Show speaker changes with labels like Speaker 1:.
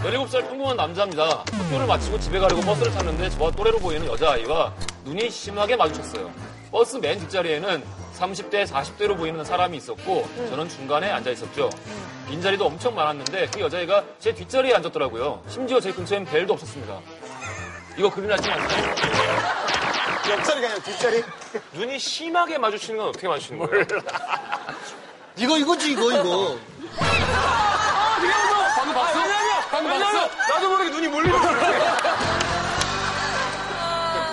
Speaker 1: 17살 평범한 남자입니다. 학교를 마치고 집에 가려고 버스를 탔는데 저와 또래로 보이는 여자아이와 눈이 심하게 마주쳤어요. 버스 맨 뒷자리에는 30대, 40대로 보이는 사람이 있었고 저는 중간에 앉아 있었죠. 빈자리도 엄청 많았는데 그 여자애가 제 뒷자리에 앉았더라고요. 심지어 제 근처엔 벨도 없었습니다. 이거 그리 나지 마세요.
Speaker 2: 옆자리가 아니라 뒷자리?
Speaker 1: 눈이 심하게 마주치는 건 어떻게 마주치는 거예요?
Speaker 2: 이거, 이거지, 이거, 이거.
Speaker 1: 아, 방금 봤어? 아니, 아니야. 방금 봤어? 나도 모르게 눈이 몰리는 거야.